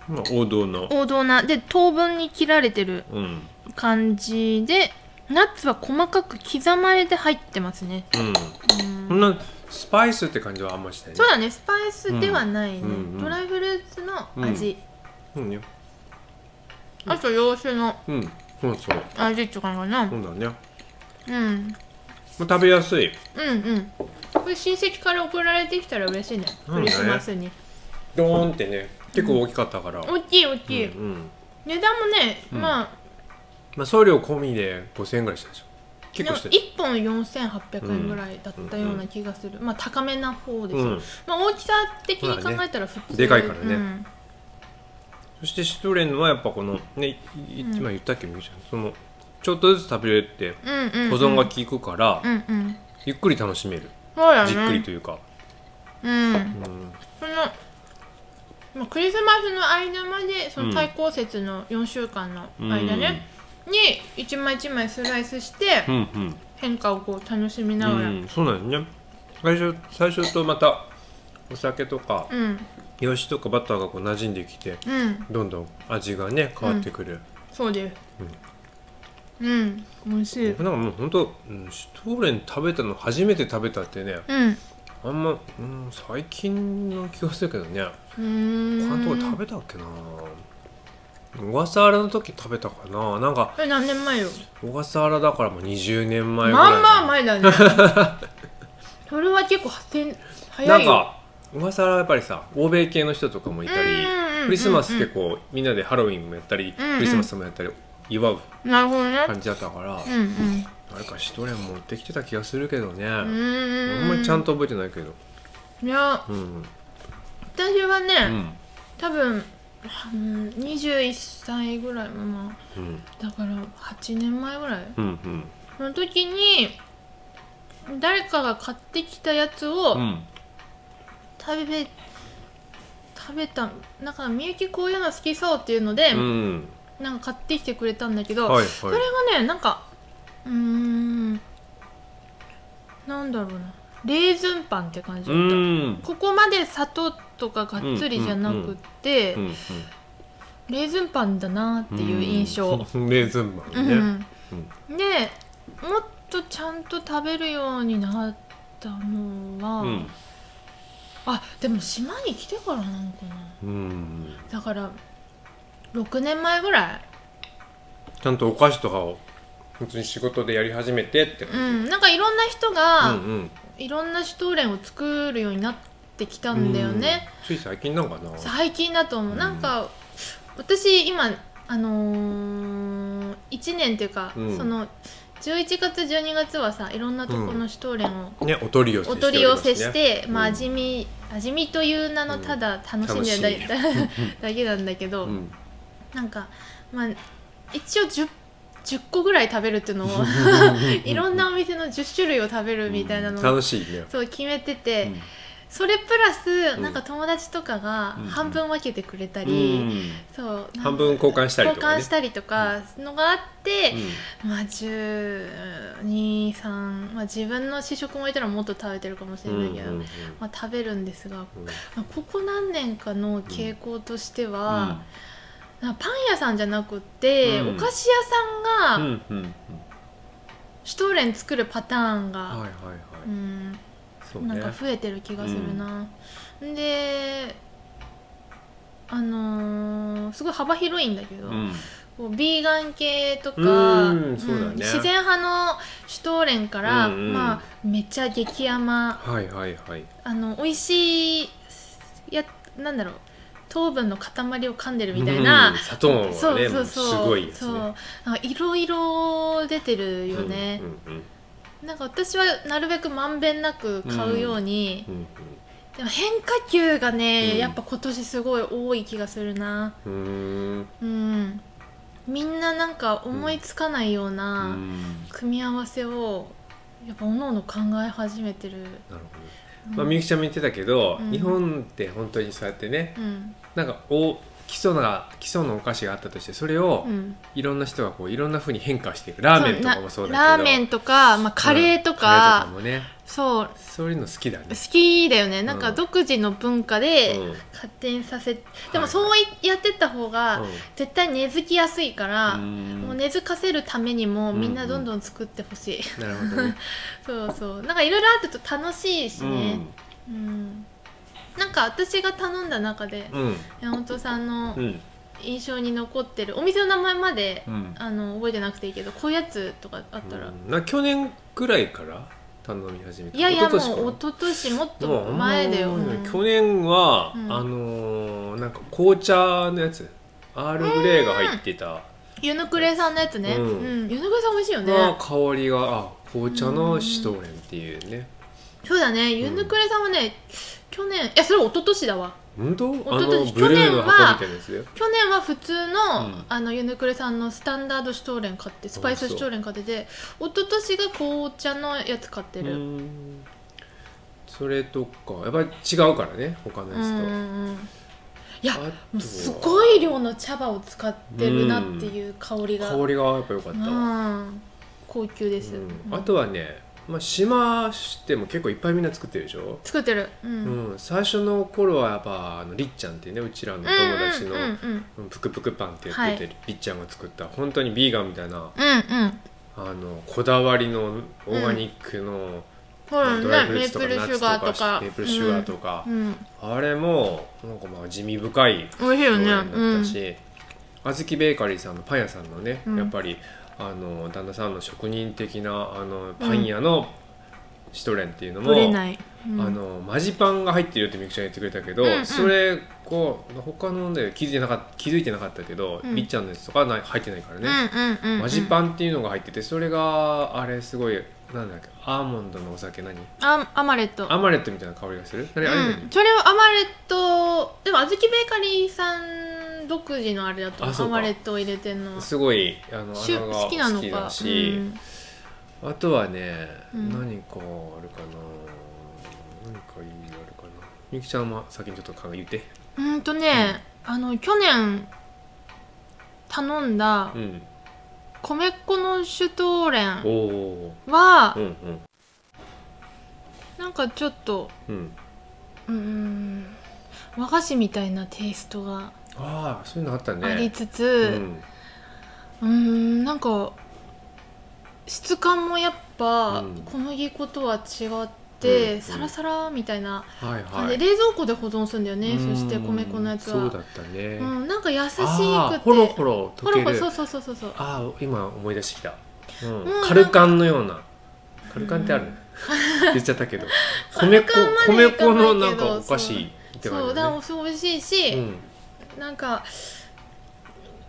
Speaker 1: まあ王道の
Speaker 2: 王道なで等分に切られてる
Speaker 1: うんうん
Speaker 2: 感じでナッツは細かく刻まれて入ってますね、うん
Speaker 1: こんなスパイスって感じはあんましないね
Speaker 2: そうだねスパイスではないね、
Speaker 1: うんうんうん
Speaker 2: ドライフルーツの味、
Speaker 1: うんよ
Speaker 2: あと洋酒の
Speaker 1: うんそうそう
Speaker 2: 味って感じかな、うん
Speaker 1: そうだねもう
Speaker 2: うん、
Speaker 1: 食べやすい
Speaker 2: うんこれ親戚から送られてきたら嬉しいね
Speaker 1: うん
Speaker 2: ク
Speaker 1: ね
Speaker 2: リスマスに、
Speaker 1: ドーンってね結構大きかったから
Speaker 2: 大きい大きい、
Speaker 1: うんうん
Speaker 2: 値段もね、
Speaker 1: うん
Speaker 2: まあ
Speaker 1: まあ送料込みで5000円ぐらいしたでしょ
Speaker 2: で
Speaker 1: 結
Speaker 2: も
Speaker 1: 構して
Speaker 2: 1本4800円ぐらいだったような気がする、まあ高めな方で
Speaker 1: う
Speaker 2: すよ、
Speaker 1: ん
Speaker 2: まあ大きさ的に考えたら普通、
Speaker 1: でかいからね
Speaker 2: うん
Speaker 1: そしてシュトレンはやっぱこのねいい
Speaker 2: うん
Speaker 1: 今言ったっけみゆきちゃんそのちょっとずつ食べれるって
Speaker 2: うんうんうん
Speaker 1: 保存が効くから
Speaker 2: うんうん
Speaker 1: ゆっくり楽しめる
Speaker 2: そうだね
Speaker 1: じっくりというか
Speaker 2: うん
Speaker 1: うん
Speaker 2: そのまあクリスマスの間までそ
Speaker 1: うん
Speaker 2: の対抗節の4週間の間ね、に一枚一枚スライスして
Speaker 1: うんうん
Speaker 2: 変化をこう楽しみながら
Speaker 1: うんそうなんですね最初最初とまたお酒とか
Speaker 2: うん
Speaker 1: 洋酒とかバターがこう馴染んできて
Speaker 2: うん
Speaker 1: どんどん味がね変わってくる、
Speaker 2: そうですうん美味しい
Speaker 1: 僕なんかもうほんとうんシュトレン食べたの初めて食べたってね
Speaker 2: うんう
Speaker 1: あんま、うん、最近の気がするけどね
Speaker 2: ーん
Speaker 1: 他のとこ食べたっけな小笠原の時食べたかななんか
Speaker 2: え何年前よ
Speaker 1: 小笠原だからもう20年前ぐらい
Speaker 2: まあまあ
Speaker 1: あ
Speaker 2: 前 だねそれは結構はて早
Speaker 1: なん
Speaker 2: いよ
Speaker 1: か小笠原はやっぱりさ欧米系の人とかもいたり、
Speaker 2: うんうんうんうん
Speaker 1: クリスマス結構みんなでハロウィンもやったり、
Speaker 2: うんうん
Speaker 1: クリスマスもやったり祝う
Speaker 2: なるほどね
Speaker 1: 感じだったから、
Speaker 2: うんうん
Speaker 1: あれかシュトレン持ってきてた気がするけどね、
Speaker 2: うー
Speaker 1: あんまりちゃんと覚えてないけど
Speaker 2: いや
Speaker 1: うん
Speaker 2: 私はね、
Speaker 1: うん
Speaker 2: 多分うん21歳ぐらいまあ
Speaker 1: うん
Speaker 2: だから8年前ぐらい
Speaker 1: うんうん
Speaker 2: の時に誰かが買ってきたやつを
Speaker 1: うん
Speaker 2: 食べ、食べたなんかみゆきこういうの好きそうっていうので、
Speaker 1: うん
Speaker 2: なんか買ってきてくれたんだけど、
Speaker 1: はい
Speaker 2: そ
Speaker 1: は
Speaker 2: れ
Speaker 1: い
Speaker 2: がねなんかうーんなんだろうなレーズンパンって感じ
Speaker 1: う
Speaker 2: だった、
Speaker 1: ん
Speaker 2: ここまで砂糖とかがっつりじゃなくって、
Speaker 1: うん
Speaker 2: レーズンパンだなっていう印象、
Speaker 1: うんレーズンマ
Speaker 2: う
Speaker 1: ンね、
Speaker 2: んでもっとちゃんと食べるようになったのは、
Speaker 1: うん
Speaker 2: あでも島に来てからなのかな
Speaker 1: うん
Speaker 2: だから6年前ぐらい
Speaker 1: ちゃんとお菓子とかを普通に仕事でやり始めてって
Speaker 2: う
Speaker 1: 感じ
Speaker 2: んなんかいろんな人が、
Speaker 1: うんうん
Speaker 2: いろんなシュトーレンを作るようになってきたんだよね、
Speaker 1: うんつい最近なのかな
Speaker 2: 最近だと思う、
Speaker 1: うん
Speaker 2: なんか私今あのー、1年っていうか、
Speaker 1: うん
Speaker 2: その11月12月はさいろんなとこのシュトーレンを
Speaker 1: ねお取り寄せ
Speaker 2: お
Speaker 1: してお
Speaker 2: 取り
Speaker 1: りま
Speaker 2: 寄
Speaker 1: すね
Speaker 2: せして、まあ、
Speaker 1: うん
Speaker 2: 味見味見という名の
Speaker 1: うん
Speaker 2: ただ楽しんでるだ,、
Speaker 1: 楽しい
Speaker 2: だけなんだけど、
Speaker 1: うん
Speaker 2: なんか、まあ、一応 10, 10個ぐらい食べるっていうのを いろんなお店の10種類を食べるみたいなのを、
Speaker 1: 楽しいね
Speaker 2: そう決めてて、
Speaker 1: うん
Speaker 2: それプラス、
Speaker 1: うん
Speaker 2: なんか友達とかが
Speaker 1: うん
Speaker 2: 半分分けてくれた
Speaker 1: う
Speaker 2: り、
Speaker 1: ん
Speaker 2: そう
Speaker 1: 半分交換したりとかね
Speaker 2: 交換したりとかのがあって、まあ123、まあ、自分の試食もいたらもっと食べてるかもしれないけど、
Speaker 1: うんうんうん
Speaker 2: まあ、食べるんですが、
Speaker 1: うん
Speaker 2: まあここ何年かの傾向として
Speaker 1: うん
Speaker 2: は、なんかパン屋さんじゃなくって、
Speaker 1: うん
Speaker 2: お菓子屋さん
Speaker 1: うん
Speaker 2: が
Speaker 1: うんうん
Speaker 2: シュトーレン作るパターンが、
Speaker 1: はいはいは
Speaker 2: う
Speaker 1: い
Speaker 2: ん
Speaker 1: そう
Speaker 2: なん
Speaker 1: ね
Speaker 2: か増えてる気がするな、であのーすごい幅広いんだけど、
Speaker 1: うん
Speaker 2: こうビーガン系とか、
Speaker 1: うんそうだね
Speaker 2: ん自然派のシュトーレンから、
Speaker 1: うんうん
Speaker 2: まあ、めっちゃ激甘
Speaker 1: はいはいはい
Speaker 2: あの美味しいやなんだろう糖分の塊を噛んでるみたいな、
Speaker 1: うん砂糖はね
Speaker 2: そうそうそう
Speaker 1: すごいやつね
Speaker 2: そうなんかいろいろ出てるよね、
Speaker 1: うんうん
Speaker 2: なんか私はなるべくまんべんなく買うように、
Speaker 1: うん
Speaker 2: でも変化球がね、
Speaker 1: うん
Speaker 2: やっぱ今年すごい多い気がするな
Speaker 1: うんうーん
Speaker 2: うんみんななんか思いつかないよう
Speaker 1: う
Speaker 2: なん組み合わせをやっぱおのおの考え始めてる、
Speaker 1: なるほど
Speaker 2: うん
Speaker 1: まあ、みゆきちゃんも言ってたけど、
Speaker 2: うん
Speaker 1: 日本って本当にそうやってね
Speaker 2: うん
Speaker 1: なんかお基礎な基礎のお菓子があったとしてそれを
Speaker 2: うん
Speaker 1: いろんな人がこういろんな風に変化していくラーメンとかもそうだけど
Speaker 2: なラーメンとか、まあ、カレーとか,、
Speaker 1: うんカレーとかもね
Speaker 2: そう好
Speaker 1: そういうの好きだね、
Speaker 2: きだよねなん
Speaker 1: う
Speaker 2: か
Speaker 1: ん
Speaker 2: 独自の文化
Speaker 1: う
Speaker 2: で
Speaker 1: ん
Speaker 2: 発展させ、でもそうやってった方が絶対根付きやすいから、
Speaker 1: うん
Speaker 2: もう根付かせるためにもみんなどんどん作ってほしい、
Speaker 1: なるほどね、
Speaker 2: そうそうなんかいろいろあってると楽しいしねうん、なんか私が頼んだ中で
Speaker 1: うんうん
Speaker 2: 山本さんの
Speaker 1: うん
Speaker 2: 印象に残ってるお店の名前まで、
Speaker 1: うん
Speaker 2: あの覚えてなくていいけどこういうやつとかあったら、
Speaker 1: うんな去年ぐらいから頼み始めた
Speaker 2: いやいや
Speaker 1: 一昨年かな
Speaker 2: もう一昨年もっ
Speaker 1: もう
Speaker 2: と
Speaker 1: あんま
Speaker 2: 前だよ、
Speaker 1: 覚えて
Speaker 2: う
Speaker 1: なんい去年は、
Speaker 2: うん
Speaker 1: あのーなんか紅茶のやつアールグレーが入ってた、
Speaker 2: ユヌクレさんのやつね、う
Speaker 1: うんん
Speaker 2: ユヌクレさん美味しいよね、
Speaker 1: まあ香りがあ紅茶のシトーレンっていうね、
Speaker 2: そうだねユヌクレさんはね、去年いやそれ一昨年だわ
Speaker 1: 本当あ
Speaker 2: 一昨
Speaker 1: の
Speaker 2: 年
Speaker 1: ブルーの
Speaker 2: 去年は
Speaker 1: 箱みたいなやつだよ
Speaker 2: 去年は普通の,、
Speaker 1: うん
Speaker 2: あのユヌクレさんのスタンダードシュトーレン買ってスパイスシュトーレン買ってて一昨年が紅茶のやつ買って
Speaker 1: う
Speaker 2: る
Speaker 1: んそれとかやっぱり違うからね他の
Speaker 2: う
Speaker 1: や
Speaker 2: んうんうん
Speaker 1: つ
Speaker 2: いや
Speaker 1: と、あ
Speaker 2: もう
Speaker 1: と
Speaker 2: すごい量の茶葉を使ってるなっていう香りが、うん
Speaker 1: 香りがやっぱ良かったわ、
Speaker 2: 高級です、
Speaker 1: うんあとはね、まあ、島しても結構いっぱいみんな作ってるでしょ
Speaker 2: 作ってるうん、うん
Speaker 1: うん、最初の頃はやっぱあのりっちゃんっていうねうちらの友達の
Speaker 2: うんうん
Speaker 1: うんぷくぷくパンって言ってて、りっちゃんが作った本当にビーガンみたいな
Speaker 2: うんうん
Speaker 1: あのこだわりのオーガニックの、
Speaker 2: ほらね
Speaker 1: ドライフル
Speaker 2: メ
Speaker 1: ー
Speaker 2: ー
Speaker 1: ツと
Speaker 2: プ
Speaker 1: か
Speaker 2: ル
Speaker 1: ナ
Speaker 2: シ
Speaker 1: ッ
Speaker 2: ュ
Speaker 1: ツと
Speaker 2: ガーとか
Speaker 1: かメープルシュガーとか
Speaker 2: う、ん、うん
Speaker 1: あれもなんかまあ地味深い
Speaker 2: 美味しいよ
Speaker 1: 表現
Speaker 2: ね
Speaker 1: だっ
Speaker 2: うん
Speaker 1: たし、あずきベーカリーさんのパン屋さんのね、
Speaker 2: うん
Speaker 1: やっぱりあの旦那さんの職人的なあのパン屋のシトレンっていうのも、
Speaker 2: ぶれない、うん、
Speaker 1: あのマジパンが入ってるよってみくちゃんが言ってくれたけど、
Speaker 2: うんうん
Speaker 1: それこう他ので気づいてなかっ気づいてなかったけど、
Speaker 2: うん
Speaker 1: りっちゃんのやつとかはない入ってないからね、
Speaker 2: うんうんうんうん
Speaker 1: マジパンっていうのが入っててそれがあれすごいなんだっけアーモンドのお酒何
Speaker 2: あアマレット
Speaker 1: アマレットみたいな香りがするあれあれ何、
Speaker 2: うん、それはアマレットでもあずきベーカリーさん独自のあれだと
Speaker 1: あ
Speaker 2: 思
Speaker 1: そうう
Speaker 2: ア
Speaker 1: か
Speaker 2: マレットを入れてんのは
Speaker 1: すごいあの
Speaker 2: シュ
Speaker 1: 穴が
Speaker 2: 好きなの
Speaker 1: 好き
Speaker 2: か
Speaker 1: だし、
Speaker 2: うん
Speaker 1: あとはね、
Speaker 2: うん
Speaker 1: 何かあるかな何かいいのあるかなみゆきちゃんは先にちょっと考え言って
Speaker 2: うんとね、あの去年頼んだ
Speaker 1: うん
Speaker 2: 米粉のシュトーレ
Speaker 1: お
Speaker 2: ン
Speaker 1: お
Speaker 2: は
Speaker 1: うんうん
Speaker 2: なんかちょっと
Speaker 1: うん
Speaker 2: うーん和菓子みたいなテイストが
Speaker 1: ああそういうのあったね
Speaker 2: ありつ
Speaker 1: う
Speaker 2: つ、
Speaker 1: ん
Speaker 2: うーんなんか質感もやっぱ
Speaker 1: うん
Speaker 2: 小麦粉とは違って、
Speaker 1: うん
Speaker 2: サラサラみたいな
Speaker 1: はい
Speaker 2: 感
Speaker 1: は
Speaker 2: じ
Speaker 1: い
Speaker 2: で、冷蔵庫で保存するんだよね
Speaker 1: うん
Speaker 2: そして米粉のやつは
Speaker 1: そうだったね、
Speaker 2: う
Speaker 1: あ
Speaker 2: ん、なんか優しくて
Speaker 1: あーほろほろ
Speaker 2: ほ
Speaker 1: 溶
Speaker 2: ろ
Speaker 1: け
Speaker 2: ほろ
Speaker 1: る
Speaker 2: そうそうそうそうそう
Speaker 1: ああ今思い出してきた、うん
Speaker 2: もう、
Speaker 1: カルカンのようなカルカンってある、
Speaker 2: うん
Speaker 1: 言っちゃったけど米粉
Speaker 2: カルカンま
Speaker 1: 米
Speaker 2: でいかないけど
Speaker 1: 粉のなんかお菓子って感じ
Speaker 2: そうだからすごい美味しいし、
Speaker 1: うん
Speaker 2: なんか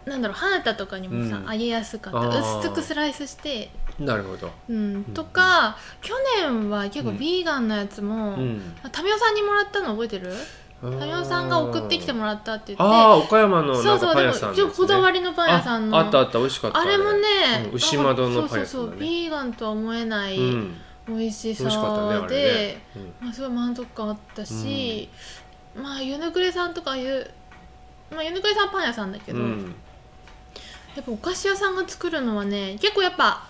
Speaker 2: なんだろう花田とかにもさ、
Speaker 1: うん
Speaker 2: あげやすかっ
Speaker 1: あ
Speaker 2: た
Speaker 1: ー
Speaker 2: 薄くスライスして、
Speaker 1: なるほど。
Speaker 2: うん、とか、去年は結構
Speaker 1: うん
Speaker 2: ビーガンのやつも、
Speaker 1: うん。
Speaker 2: タミオさんにもらったの覚えてるタミオさんが送ってきて
Speaker 1: も
Speaker 2: もらったって言って
Speaker 1: ああ、岡山の
Speaker 2: そ
Speaker 1: な
Speaker 2: うんそ
Speaker 1: か
Speaker 2: う
Speaker 1: パン
Speaker 2: でも
Speaker 1: 屋
Speaker 2: ち
Speaker 1: さん
Speaker 2: ょ
Speaker 1: のや
Speaker 2: っ
Speaker 1: つね、
Speaker 2: とこだわりのパン屋さんの
Speaker 1: ああったあった、美味しかった。
Speaker 2: あれもね、
Speaker 1: うん牛窓のパン
Speaker 2: そう
Speaker 1: 屋
Speaker 2: そ
Speaker 1: さ
Speaker 2: うんそ
Speaker 1: だ
Speaker 2: う
Speaker 1: ね
Speaker 2: ビーガンとは思えな
Speaker 1: う
Speaker 2: い
Speaker 1: ん。
Speaker 2: 美味し
Speaker 1: 美味しかったね
Speaker 2: さ
Speaker 1: あれね
Speaker 2: で、
Speaker 1: うん
Speaker 2: まあ、すごい満足感あったし、まあユヌクレさんとかああいう、まあ、ユヌクレさんはパン屋さんだけど、
Speaker 1: うん。
Speaker 2: やっぱお菓子屋さんが作るのはね結構やっぱ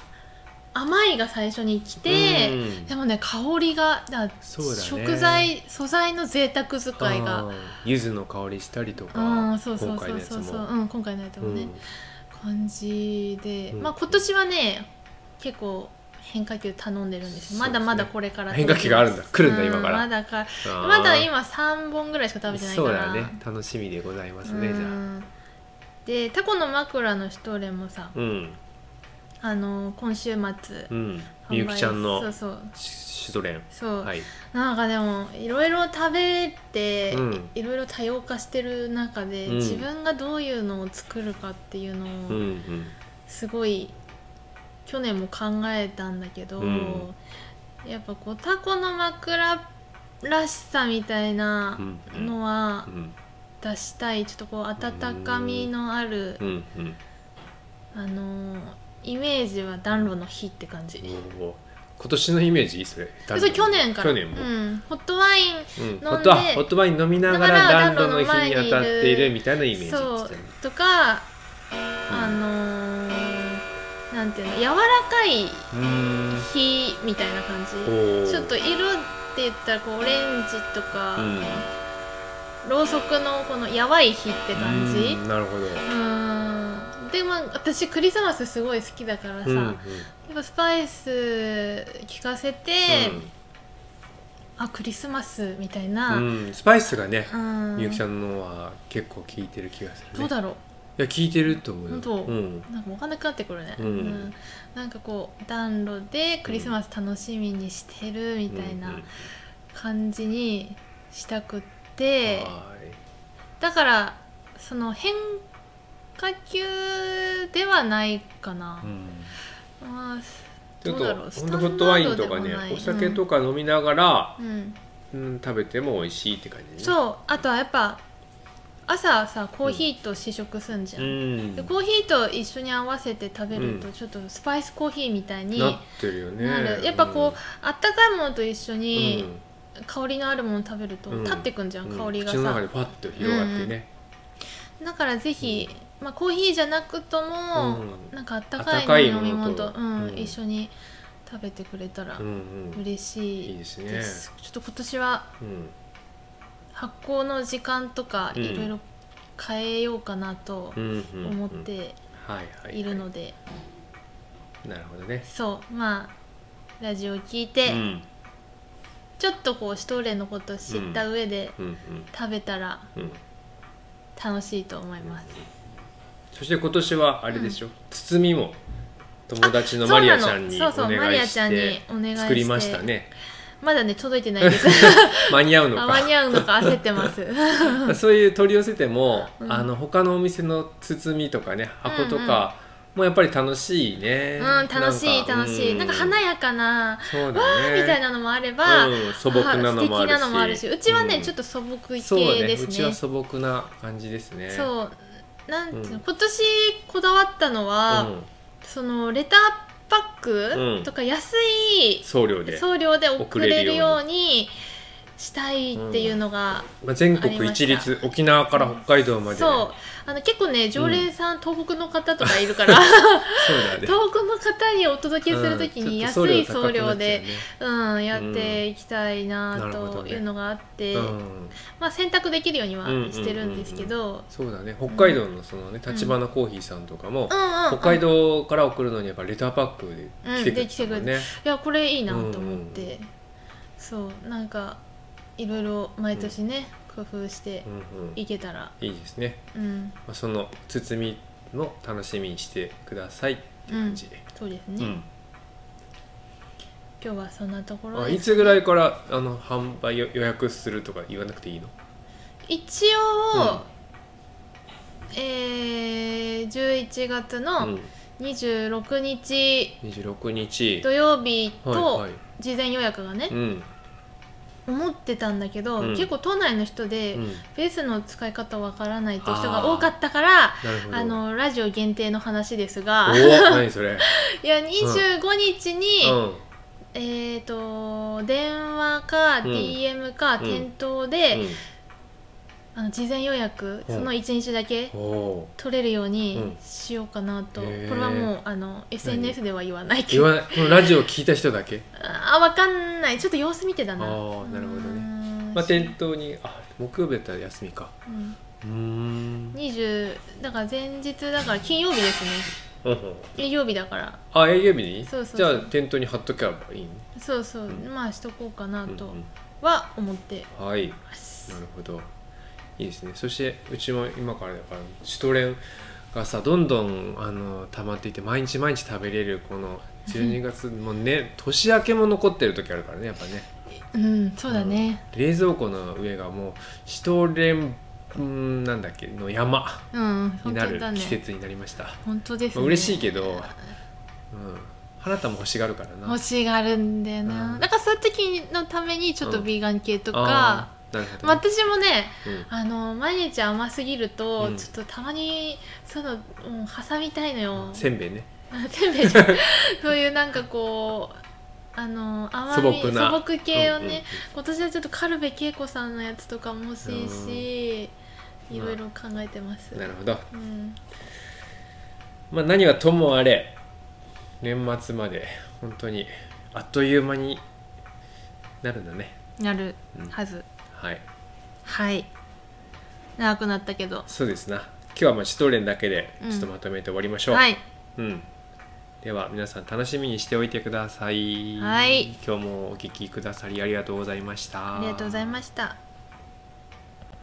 Speaker 2: 甘いが最初に来て、
Speaker 1: うん
Speaker 2: でもね香りがだから
Speaker 1: そうだね
Speaker 2: 食材素材の贅沢使いが
Speaker 1: あ。ー柚子の香りしたりとか、
Speaker 2: うん、そうそう
Speaker 1: 今
Speaker 2: そ
Speaker 1: 回の
Speaker 2: う
Speaker 1: やつ
Speaker 2: そう
Speaker 1: も
Speaker 2: そう、うん、今回のやつも
Speaker 1: うん
Speaker 2: ね、感じで、
Speaker 1: うん
Speaker 2: まあ今年はね結構変化球頼んでるんですよ
Speaker 1: そうですね
Speaker 2: まだまだこれから
Speaker 1: 変化球があるんだ来るんだ
Speaker 2: う
Speaker 1: 今から
Speaker 2: まだか
Speaker 1: あー
Speaker 2: まだ今3本ぐらいしか食べてないか
Speaker 1: そう
Speaker 2: ら
Speaker 1: だね、楽しみでございますね、
Speaker 2: うん
Speaker 1: じゃあ。
Speaker 2: でタコの枕のシュトーレンもさ
Speaker 1: うん、
Speaker 2: あの今週末
Speaker 1: うん、みゆきちゃん
Speaker 2: 販売
Speaker 1: の
Speaker 2: そうそう
Speaker 1: シシュトレン、
Speaker 2: そう、
Speaker 1: はい、
Speaker 2: なんかでもいろいろ食べて、
Speaker 1: うん
Speaker 2: いろいろ多様化してる中で、
Speaker 1: うん
Speaker 2: 自分がどういうのを作るかっていうのを、
Speaker 1: うんうん、
Speaker 2: すごい去年も考えたんだけど、
Speaker 1: うん
Speaker 2: やっぱこうタコの枕らしさみたいなのは
Speaker 1: うん
Speaker 2: 出したいちょっとこう温かみのある
Speaker 1: うんうん、
Speaker 2: あのーイメージは暖炉の火って感じ
Speaker 1: おー今年のイメージそれ
Speaker 2: それ去年から
Speaker 1: 去年も、うん
Speaker 2: うん、ホットワイン
Speaker 1: ホットワインホットワイン飲みながら
Speaker 2: だから
Speaker 1: 暖炉の火に当たっているみたいなイメージって言
Speaker 2: そ
Speaker 1: っ
Speaker 2: う
Speaker 1: てたね
Speaker 2: とかあのーなんていうの柔らかいう
Speaker 1: ーん
Speaker 2: 火みたいな感
Speaker 1: お
Speaker 2: じ
Speaker 1: ー
Speaker 2: ちょっと色って言ったらこうオレンジとか、
Speaker 1: うん
Speaker 2: ろうそくのこのやばい火って感じ
Speaker 1: うんなるほど
Speaker 2: うーんでまあ私クリスマスすごい好きだからさ、
Speaker 1: うんう
Speaker 2: や
Speaker 1: ん
Speaker 2: っぱスパイス聞かせて、あクリスマスみたいな、
Speaker 1: う
Speaker 2: うん
Speaker 1: んスパイスがねみゆきち
Speaker 2: ど
Speaker 1: ゃんのは結構効いてる気がするね
Speaker 2: うだろう
Speaker 1: いや効いてると思うよ
Speaker 2: 本当
Speaker 1: うん
Speaker 2: なんか分かんなくなってくるね、
Speaker 1: うん
Speaker 2: なんかこう暖炉でクリスマス楽しみにしてるみたい
Speaker 1: うんう
Speaker 2: なん感じにしたくって、
Speaker 1: はーい
Speaker 2: だからその変化球ではないかな、
Speaker 1: うん
Speaker 2: まあ
Speaker 1: ちょっ
Speaker 2: ど
Speaker 1: と
Speaker 2: うだろう
Speaker 1: ほんとホットワインとか
Speaker 2: スタンダードで
Speaker 1: ね
Speaker 2: もない
Speaker 1: お酒とか飲みながら、
Speaker 2: うん、
Speaker 1: うん、食べても美味しいって感じね
Speaker 2: そうあとはやっぱ朝さコーヒーと試食すんじゃん、
Speaker 1: ん
Speaker 2: でコーヒーと一緒に合わせて食べると
Speaker 1: うん
Speaker 2: ちょっとスパイスコーヒーみたいに
Speaker 1: なってるよね
Speaker 2: なる、やっぱこう、あったかいものと一緒
Speaker 1: うん
Speaker 2: に香りのあるものを食べると
Speaker 1: うん
Speaker 2: 立ってくんじゃん、
Speaker 1: うん
Speaker 2: 香りが
Speaker 1: 口の中
Speaker 2: さ
Speaker 1: でパッと広がってね、
Speaker 2: だからぜひ、まあ、コーヒーじゃなくとも、
Speaker 1: うん
Speaker 2: なんかあった
Speaker 1: あったか
Speaker 2: かい
Speaker 1: い
Speaker 2: 飲み
Speaker 1: も
Speaker 2: 物
Speaker 1: の
Speaker 2: と
Speaker 1: と
Speaker 2: うん
Speaker 1: うん
Speaker 2: 一緒に食べてくれたら
Speaker 1: うんうん
Speaker 2: 嬉し
Speaker 1: いい
Speaker 2: い
Speaker 1: ですね
Speaker 2: です,、ちょっと今年は
Speaker 1: うん
Speaker 2: 発酵の時間とか
Speaker 1: うん
Speaker 2: いろいろ変えようかなと
Speaker 1: うんうんうん
Speaker 2: 思って
Speaker 1: はいはいはい
Speaker 2: いるので、
Speaker 1: なるほどね
Speaker 2: そうまあラジオ聞いて、
Speaker 1: うん
Speaker 2: ちょっとこうシュトーレンのことを知った上で
Speaker 1: うん
Speaker 2: 食べたら
Speaker 1: うんうん
Speaker 2: 楽しいと思います。
Speaker 1: そして今年はあれでしょ、包みも友達の
Speaker 2: そ
Speaker 1: マ
Speaker 2: う
Speaker 1: リ
Speaker 2: な
Speaker 1: ア
Speaker 2: の
Speaker 1: ちゃんに
Speaker 2: そ
Speaker 1: お
Speaker 2: うそうマリ
Speaker 1: 願
Speaker 2: ア
Speaker 1: い
Speaker 2: ちゃん
Speaker 1: し
Speaker 2: にお願いし
Speaker 1: て
Speaker 2: て
Speaker 1: 作りましたね
Speaker 2: まだね届いてないです。
Speaker 1: 間に合うの
Speaker 2: あ
Speaker 1: か
Speaker 2: 間に合うのか焦っ てます。
Speaker 1: そういう取り寄せても、
Speaker 2: うん
Speaker 1: あの他のお店の包みとかね箱とかもやっぱり楽しいね、
Speaker 2: うん楽しい楽しい。なんか華やかな
Speaker 1: そうだ、ね、
Speaker 2: みたいなのもあれば、
Speaker 1: うん素朴なのもあるし
Speaker 2: 素敵なのもあるし、うちはね、ちょっ
Speaker 1: っ
Speaker 2: と素朴系
Speaker 1: とそうだね
Speaker 2: です
Speaker 1: う
Speaker 2: ね。
Speaker 1: ちは素朴な感じですねう、
Speaker 2: そうなんていうの、
Speaker 1: うん
Speaker 2: 今年こだわったのは、
Speaker 1: ん、
Speaker 2: そのレターパッ
Speaker 1: う
Speaker 2: ク
Speaker 1: ん
Speaker 2: とか安い
Speaker 1: 送料で、
Speaker 2: 送料で送れ
Speaker 1: 送れ
Speaker 2: る
Speaker 1: る
Speaker 2: よ
Speaker 1: よ
Speaker 2: うにしたいっていうのが、
Speaker 1: まあ、全
Speaker 2: ありま
Speaker 1: 国
Speaker 2: した
Speaker 1: 一律沖縄から北海道までね、
Speaker 2: そうあの結構ね常連さん、東北の方とかい るから
Speaker 1: そうだね
Speaker 2: 東北の方にお届けするとき
Speaker 1: うんち
Speaker 2: に
Speaker 1: ょっ
Speaker 2: 安
Speaker 1: と
Speaker 2: い
Speaker 1: 高
Speaker 2: 送
Speaker 1: くな
Speaker 2: 料
Speaker 1: っちゃう
Speaker 2: で
Speaker 1: ね、
Speaker 2: うん、やっていきたい
Speaker 1: うんな
Speaker 2: な
Speaker 1: るほど
Speaker 2: と
Speaker 1: ね
Speaker 2: いうのがあって、
Speaker 1: うん、
Speaker 2: まあ、選択できるようにはしてるんですけど、
Speaker 1: そうだね北海道のそのね立花コーヒーさんとかも、
Speaker 2: うんうん
Speaker 1: 北海道から送るのにやっぱレターパックで来てくれてたもんね、
Speaker 2: いやこれいいなと思って、そうなんかいろいろ毎年ね、工夫して
Speaker 1: うんうん
Speaker 2: いけたら
Speaker 1: いいですね、
Speaker 2: うん
Speaker 1: まあ、その包みの楽しみにしてくださいって感じで、
Speaker 2: そうです
Speaker 1: う
Speaker 2: ね、
Speaker 1: ん
Speaker 2: 今日はそんなところ
Speaker 1: あ
Speaker 2: で
Speaker 1: い
Speaker 2: す
Speaker 1: つぐらいからあの販売予予約するとか言わなくていいの
Speaker 2: 一応、えー、11月
Speaker 1: う
Speaker 2: の
Speaker 1: ん、
Speaker 2: 26日
Speaker 1: 26日
Speaker 2: 土曜日
Speaker 1: は
Speaker 2: と
Speaker 1: いはい
Speaker 2: 事前予約がね、
Speaker 1: うん
Speaker 2: 思ってたんだけど、
Speaker 1: うん
Speaker 2: 結構島内の人で、
Speaker 1: うん、
Speaker 2: ベースの使い方わからないって人が多かったからあ
Speaker 1: なるほど
Speaker 2: のラジオ限定の話です が
Speaker 1: お何それ、
Speaker 2: いや25日に、
Speaker 1: うん
Speaker 2: えっ、と電話か
Speaker 1: うん
Speaker 2: DM か
Speaker 1: うん
Speaker 2: 店頭で、あの事前予約、
Speaker 1: うん
Speaker 2: その1日だけ
Speaker 1: うん、おー
Speaker 2: 取れるよう
Speaker 1: うん
Speaker 2: にしようかなと、
Speaker 1: へー
Speaker 2: これはもうあの SNS では言わないけ
Speaker 1: 言
Speaker 2: ど
Speaker 1: わないこのラジオ聞いた人だけ
Speaker 2: あわかんないちょっと様子見てだな
Speaker 1: あーなるほどね
Speaker 2: ね
Speaker 1: まあ、店頭にあ木曜日だったら休みか
Speaker 2: うん、
Speaker 1: うーん
Speaker 2: 20だから前日だから金曜日ですね
Speaker 1: うんうん
Speaker 2: 営業日だから
Speaker 1: あ営業日に
Speaker 2: そうそう
Speaker 1: じゃ
Speaker 2: そう
Speaker 1: あ店頭に貼っとけばいいの
Speaker 2: そうそう、
Speaker 1: ん
Speaker 2: まあしとこうかなと
Speaker 1: うん
Speaker 2: は思って
Speaker 1: うんはいな
Speaker 2: ます、
Speaker 1: るほどいいですねそしてうちも今からだからシュトレンがさどんどんあの溜まっていって毎日毎日食べれるこの12月もう ね年明けも残ってる時あるからねやっぱね
Speaker 2: うんそうだね
Speaker 1: 冷蔵庫の上がもうシュトレンうんなんだっけの山
Speaker 2: うん、
Speaker 1: に
Speaker 2: 本
Speaker 1: な
Speaker 2: 当
Speaker 1: る
Speaker 2: だね
Speaker 1: 季節になりました、
Speaker 2: 本当です
Speaker 1: まあ、
Speaker 2: ね、
Speaker 1: 嬉しいけど、うん、花田も欲しがるからな
Speaker 2: 欲しがるんだよな、
Speaker 1: うん
Speaker 2: だからそういう時のためにちょっと
Speaker 1: うん
Speaker 2: ビーガン系とか
Speaker 1: あ、なるほど、
Speaker 2: まあ私もね
Speaker 1: うん
Speaker 2: あの毎日甘すぎると、
Speaker 1: うん
Speaker 2: ちょっとたまにそういうの、うん、挟みたいのよ
Speaker 1: せんべいね
Speaker 2: あ せんべいじゃん そういうなんかこうあの甘み
Speaker 1: 素朴な
Speaker 2: 素朴系をね、
Speaker 1: うんうんうん
Speaker 2: 今年はちょっと軽部恵子さんのやつとかも欲しいし、
Speaker 1: うん
Speaker 2: いろいろ考えてます、
Speaker 1: なるほど、
Speaker 2: うん、
Speaker 1: まあ、何はともあれ年末まで本当にあっという間になるんだね
Speaker 2: なる
Speaker 1: うん
Speaker 2: はず、
Speaker 1: はい
Speaker 2: はい長くなったけど
Speaker 1: そうですな今日はまあシトレンだけで
Speaker 2: うん
Speaker 1: ちょっとまとめて終わりましょう、
Speaker 2: はい
Speaker 1: うん、では皆さん楽しみにしておいてください、
Speaker 2: はい
Speaker 1: 今日もお聞きくださりありがとうございました
Speaker 2: ありがとうございました